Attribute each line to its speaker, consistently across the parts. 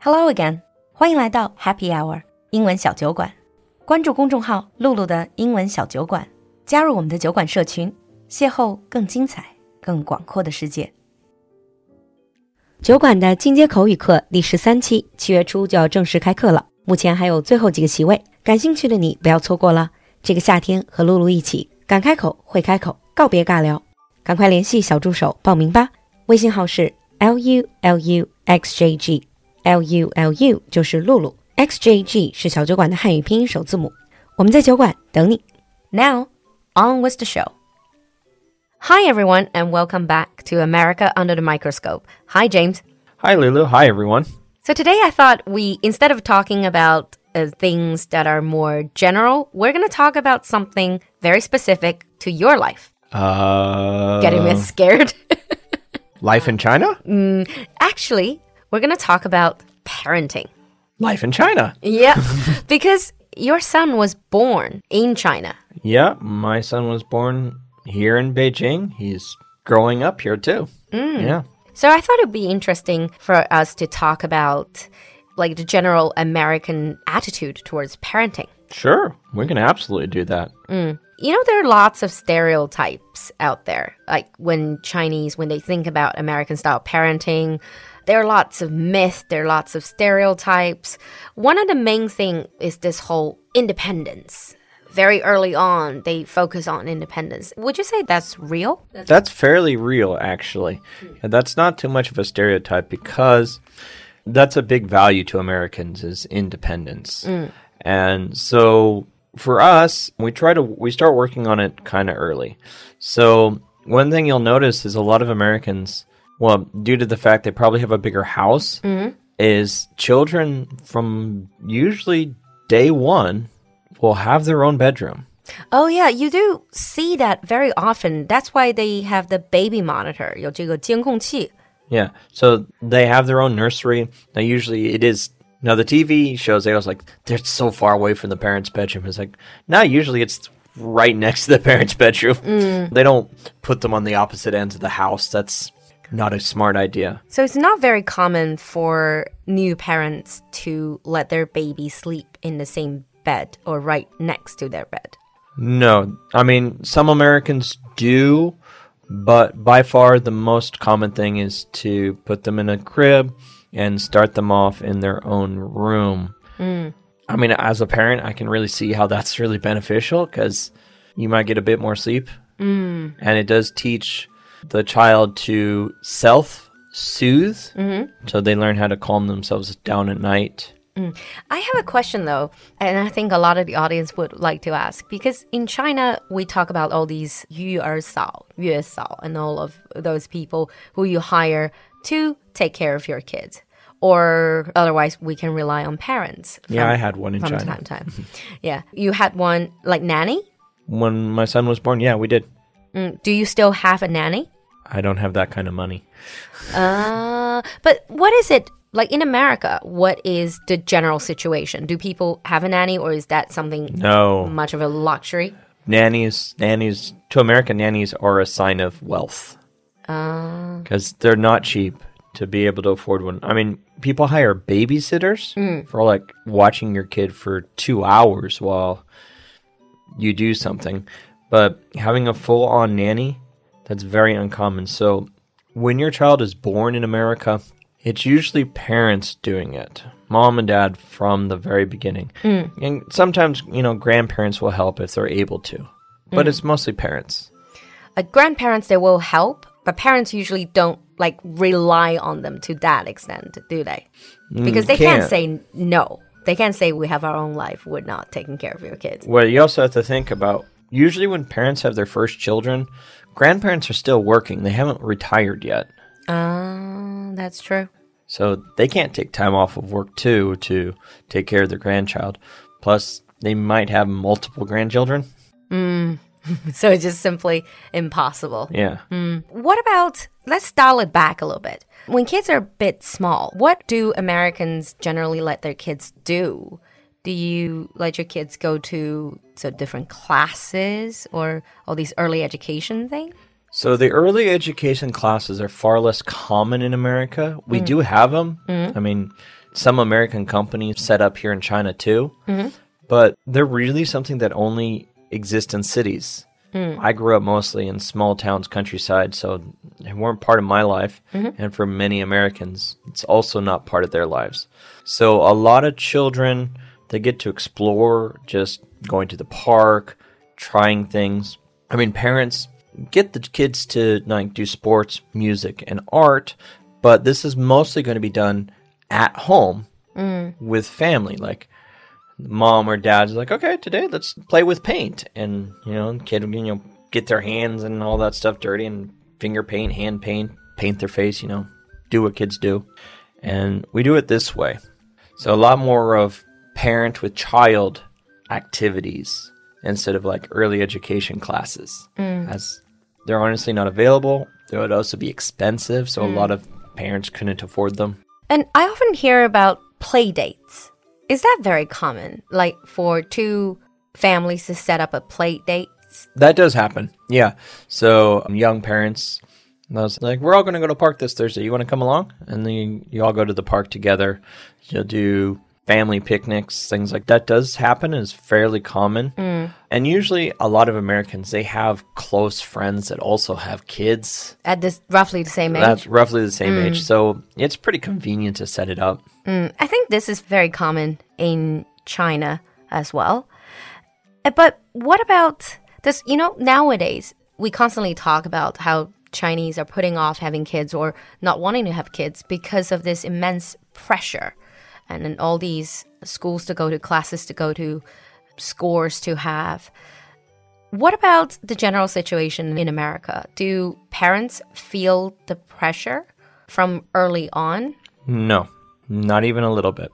Speaker 1: Hello again，欢迎来到 Happy Hour 英文小酒馆。关注公众号“露露的英文小酒馆”，加入我们的酒馆社群，邂逅更精彩、更广阔的世界。酒馆的进阶口语课第十三期，七月初就要正式开课了，目前还有最后几个席位，感兴趣的你不要错过了。这个夏天和露露一起，敢开口会开口，告别尬聊，赶快联系小助手报名吧。微信号是 l u l u x j g。L U L U 就是露露，X J G 是小酒馆的汉语拼音首字母。我们在酒馆等你。Now on with the show. Hi everyone and welcome back to America Under the Microscope. Hi James.
Speaker 2: Hi, Lulu. Hi, everyone.
Speaker 1: So today I thought we instead of talking about uh, things that are more general, we're going to talk about something very specific to your life.
Speaker 2: Uh,
Speaker 1: Getting me scared.
Speaker 2: life in China?
Speaker 1: Actually, we're going to talk about parenting.
Speaker 2: Life in China.
Speaker 1: Yeah, because your son was born in China.
Speaker 2: Yeah, my son was born here in Beijing. He's growing up here too. Yeah.
Speaker 1: So I thought it'd be interesting for us to talk about like the general American attitude towards parenting.
Speaker 2: Sure. We can absolutely do that.
Speaker 1: You know, there are lots of stereotypes out there. Like when Chinese, when they think about American style parenting, there are lots of myths, there are lots of stereotypes. One of the main thing is this whole independence. Very early on, they focus on independence. Would you say that's real?
Speaker 2: That's fairly real, actually. And that's not too much of a stereotype because that's a big value to Americans is independence. And so for us, we try to we start working on it kind of early. So one thing you'll notice is a lot of Americans, well, due to the fact they probably have a bigger house, is children from usually day one will have their own bedroom.
Speaker 1: Oh yeah, you do see that very often. That's why they have the baby monitor. 有这个监控器.
Speaker 2: Yeah. So they have their own nursery. Now, usually it is. Now, the TV shows, they was like, they're so far away from the parents' bedroom. It's like, now, usually it's right next to the parents' bedroom. They don't put them on the opposite ends of the house. That's not a smart idea.
Speaker 1: So it's not very common for new parents to let their baby sleep in the same bed or right next to their bed.
Speaker 2: No. I mean, some Americans do, but by far the most common thing is to put them in a crib and start them off in their own room.
Speaker 1: Mm.
Speaker 2: I mean, as a parent, I can really see how that's really beneficial because you might get a bit more sleep. Mm. And it does teach the child to self soothe.
Speaker 1: Mm-hmm.
Speaker 2: So they learn how to calm themselves down at night.
Speaker 1: I have a question though, and I think a lot of the audience would like to ask because in China we talk about all these Er 育儿嫂,月嫂, and all of those people who you hire to take care of your kids. Or otherwise, we can rely on parents.
Speaker 2: Yeah,
Speaker 1: from-
Speaker 2: I had one in
Speaker 1: from
Speaker 2: China.
Speaker 1: time to time. yeah, you had one like nanny.
Speaker 2: When my son was born, yeah, we did.
Speaker 1: Mm, Do you still have a nanny?
Speaker 2: I don't have that kind of money.
Speaker 1: Uh, but what is it like in America? What is the general situation? Do people have a nanny, or is that something
Speaker 2: No.
Speaker 1: much of a luxury?
Speaker 2: nannies nannies to america nannies are a sign of wealth because they're not cheap to be able to afford one i mean people hire babysitters for like watching your kid for two hours while you do something but having a full-on nanny that's very uncommon so when your child is born in america it's usually parents doing it mom and dad from the very beginning and sometimes you know grandparents will help if they're able to but it's mostly parents
Speaker 1: Like Uh, grandparents, they will help, but parents usually don't like rely on them to that extent, do they? Because they can't
Speaker 2: Mm, can't.
Speaker 1: say no. They can't say we have our own life. We're not taking care of your kids.
Speaker 2: well you also have to think about usually when parents have their first children grandparents are still working they haven't retired yet
Speaker 1: Uh, that's true.
Speaker 2: so they can't take time off of work too to take care of their grandchild plus they might have multiple grandchildren
Speaker 1: So it's just simply impossible.
Speaker 2: yeah
Speaker 1: What about let's dial it back a little bit. When kids are a bit small, what do Americans generally let their kids do? Do you let your kids go to so different classes or all these early education thing?
Speaker 2: So the early education classes are far less common in America. We do have them. I mean, some American companies set up here in China too, but they're really something that only exist in cities. I grew up mostly in small towns, countryside, so they weren't part of my life. And for many Americans, it's also not part of their lives. So a lot of children, they get to explore just going to the park, trying things. I mean, parents get the kids to like do sports, music, and art, but this is mostly going to be done at home with family. Like mom or dad's like, okay, today let's play with paint, and you know, kid, you know, get their hands and all that stuff dirty and finger paint, hand paint, paint their face, you know, do what kids do, and we do it this way. So a lot more of parent with child activities instead of like early education classes, as they're honestly not available. They would also be expensive, so a lot of parents couldn't afford them.
Speaker 1: And I often hear about play dates. Is that very common? Like for two families to set up a play date?
Speaker 2: That does happen. Yeah. So um, young parents, I was like, we're all going to go to park this Thursday. You want to come along? And then you, you all go to the park together. You'll do family picnics, things like that. Does happen is fairly common. And usually, a lot of Americans they have close friends that also have kids.
Speaker 1: At this roughly the same age?
Speaker 2: That's roughly the same age, so it's pretty convenient to set it up.
Speaker 1: Mm, I think this is very common in China as well. Uh, But what about this? You know, nowadays we constantly talk about how Chinese are putting off having kids or not wanting to have kids because of this immense pressure and then all these schools to go to, classes to go to, scores to have. What about the general situation in America? Do parents feel the pressure from early on?
Speaker 2: No, not even a little bit.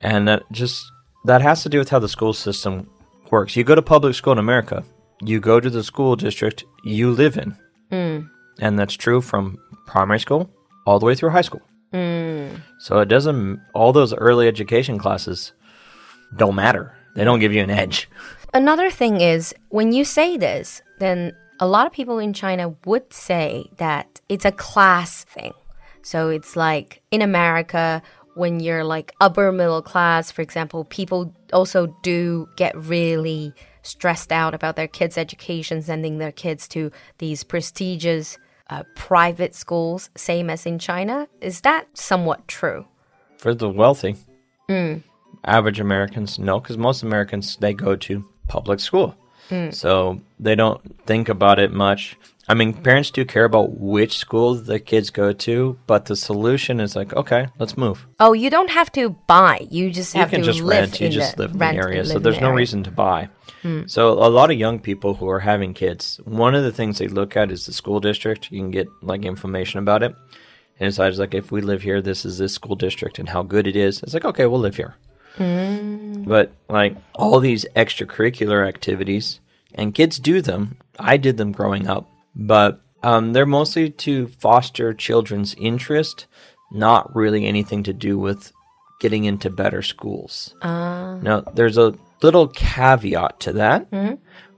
Speaker 2: And that just that has to do with how the school system works. You go to public school in America, you go to the school district you live in. And that's true from primary school all the way through high school. So it doesn't all those early education classes don't matter. They don't give you an edge.
Speaker 1: Another thing is when you say this, then a lot of people in China would say that it's a class thing. So it's like in America, when you're like upper middle class, for example, people also do get really stressed out about their kids' education, sending their kids to these prestigious uh, private schools, same as in China. Is that somewhat true?
Speaker 2: for the wealthy.
Speaker 1: Mm.
Speaker 2: Average Americans, no, because most Americans they go to public school,
Speaker 1: Mm.
Speaker 2: so they don't think about it much. I mean, parents do care about which school the kids go to, but the solution is like, okay, let's move.
Speaker 1: Oh, you don't have to buy. You just
Speaker 2: You
Speaker 1: have
Speaker 2: can
Speaker 1: to
Speaker 2: just
Speaker 1: live
Speaker 2: rent. You
Speaker 1: in
Speaker 2: just
Speaker 1: the,
Speaker 2: live in the
Speaker 1: rent
Speaker 2: area,
Speaker 1: and
Speaker 2: so
Speaker 1: live in
Speaker 2: there's
Speaker 1: the
Speaker 2: no
Speaker 1: area. Mm.
Speaker 2: reason to buy. So a lot of young people who are having kids, one of the things they look at is the school district. You can get like information about it, and it's always like if we live here, this is this school district and how good it is. It's like okay, we'll live here. But like all these extracurricular activities, and kids do them. I did them growing up, but um, they're mostly to foster children's interest, not really anything to do with getting into better schools. Now, there's a little caveat to that,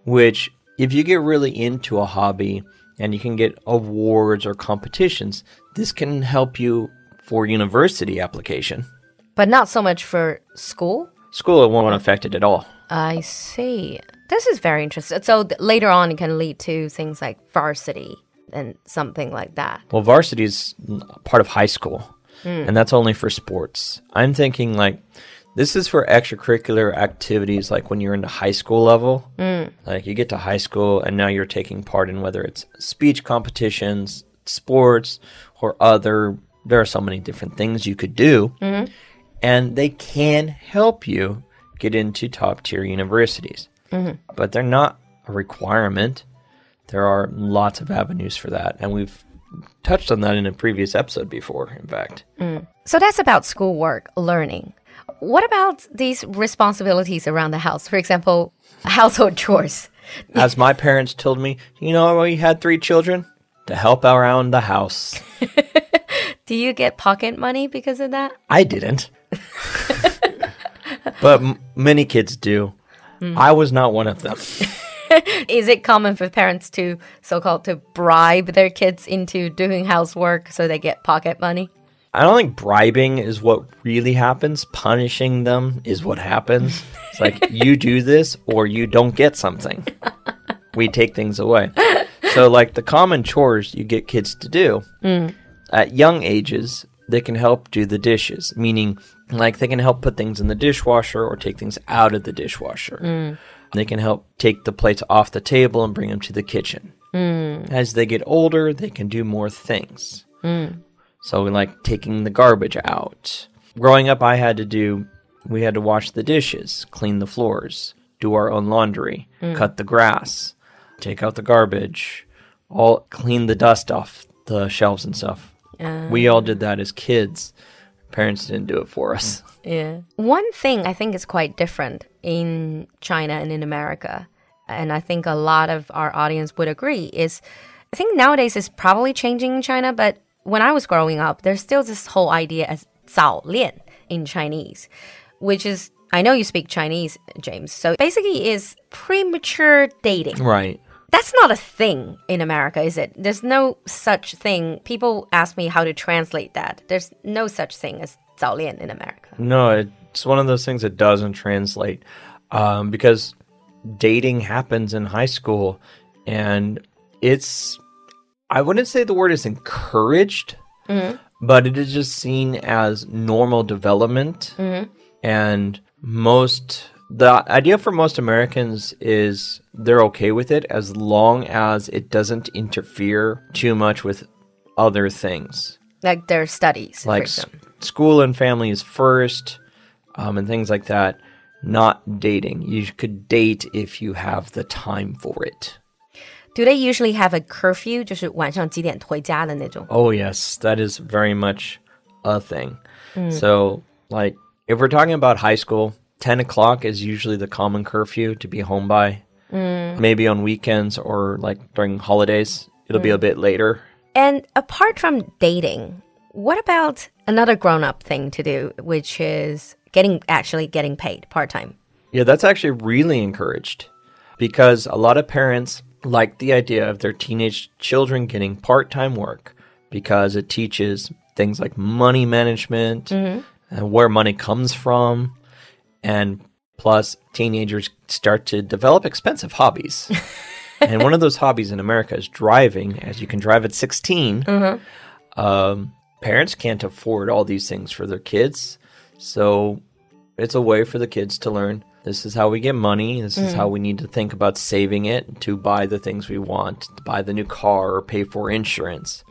Speaker 2: which if you get really into a hobby and you can get awards or competitions, this can help you for university application.
Speaker 1: But not so much for school.
Speaker 2: School it won't affect it at all.
Speaker 1: I see. This is very interesting. So th- later on, it can lead to things like varsity and something like that.
Speaker 2: Well, varsity is part of high school, and that's only for sports. I'm thinking like this is for extracurricular activities, like when you're into high school level. Like you get to high school, and now you're taking part in whether it's speech competitions, sports, or other. There are so many different things you could do, and they can help you get into top tier universities, but they're not a requirement. There are lots of avenues for that, and we've touched on that in a previous episode before, in fact.
Speaker 1: So that's about schoolwork, learning. What about these responsibilities around the house? For example, household chores.
Speaker 2: As my parents told me, you know, we had three children to help around the house.
Speaker 1: Do you get pocket money because of that?
Speaker 2: I didn't. but m- many kids do. I was not one of them.
Speaker 1: Is it common for parents to so called to bribe their kids into doing housework so they get pocket money?
Speaker 2: I don't think bribing is what really happens. Punishing them is what happens. It's like you do this or you don't get something. We take things away. So, like the common chores you get kids to do at young ages, they can help do the dishes, meaning like they can help put things in the dishwasher or take things out of the dishwasher. They can help take the plates off the table and bring them to the kitchen. As they get older, they can do more things. So, like taking the garbage out. Growing up, I had to do, we had to wash the dishes, clean the floors, do our own laundry, cut the grass, take out the garbage, all clean the dust off the shelves and stuff. we all did that as kids. Parents didn't do it for us.
Speaker 1: Yeah. One thing I think is quite different in China and in America, and I think a lot of our audience would agree, is I think nowadays it's probably changing in China, but when I was growing up, there's still this whole idea as 早恋 in Chinese, which is I know you speak Chinese, James. So basically is premature dating.
Speaker 2: Right.
Speaker 1: That's not a thing in America, is it? There's no such thing. People ask me how to translate that. There's no such thing as 早恋 in America.
Speaker 2: No, it's one of those things that doesn't translate um, because dating happens in high school and it's, I wouldn't say the word is encouraged, but it is just seen as normal development. And most, the idea for most Americans is they're okay with it as long as it doesn't interfere too much with other things
Speaker 1: Like their studies. for
Speaker 2: like s-
Speaker 1: example.
Speaker 2: school and family is first um, and things like that not dating you could date if you have the time for it
Speaker 1: Do they usually have a curfew? 就是晚上几点回家的那种。
Speaker 2: oh yes that is very much a thing so like if we're talking about high school 10 o'clock is usually the common curfew to be home by maybe on weekends or like during holidays it'll be a bit later
Speaker 1: And apart from dating, what about another grown up thing to do, which is getting actually getting paid part time?
Speaker 2: Yeah, that's actually really encouraged because a lot of parents like the idea of their teenage children getting part time work because it teaches things like money management and where money comes from. And plus, teenagers start to develop expensive hobbies. and one of those hobbies in America is driving, as you can drive at 16. Um, parents can't afford all these things for their kids. So it's a way for the kids to learn this is how we get money this is how we need to think about saving it to buy the things we want to buy the new car or pay for insurance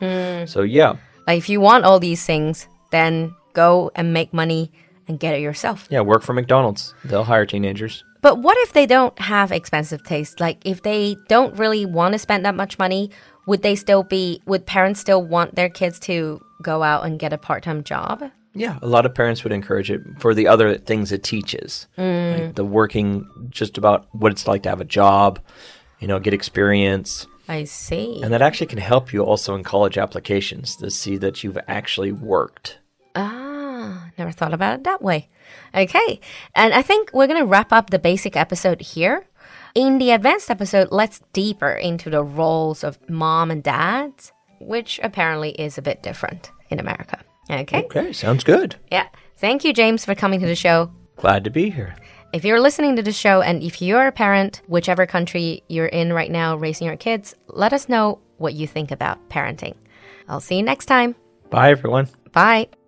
Speaker 2: so yeah
Speaker 1: Like, if you want all these things, then go and make money and get it yourself.
Speaker 2: yeah work for mcdonald's they'll hire teenagers
Speaker 1: But what if they don't have expensive taste? Like, if they don't really want to spend that much money, would they still be, would parents still want their kids to go out and get a part time job?
Speaker 2: yeah a lot of parents would encourage it for the other things it teaches like the working just about what it's like to have a job you know get experience
Speaker 1: I see.
Speaker 2: and that actually can help you also in college applications to see that you've actually worked
Speaker 1: Ah, never thought about it that way. Okay. And I think we're going to wrap up the basic episode here. In the advanced episode, let's deeper into the roles of mom and dad, which apparently is a bit different in America. Okay.
Speaker 2: okay sounds good
Speaker 1: Yeah. Thank you, James, for coming to the show.
Speaker 2: glad to be here
Speaker 1: If you're listening to the show and if you're a parent, whichever country you're in right now raising your kids, let us know what you think about parenting. I'll see you next time.
Speaker 2: bye everyone
Speaker 1: Bye.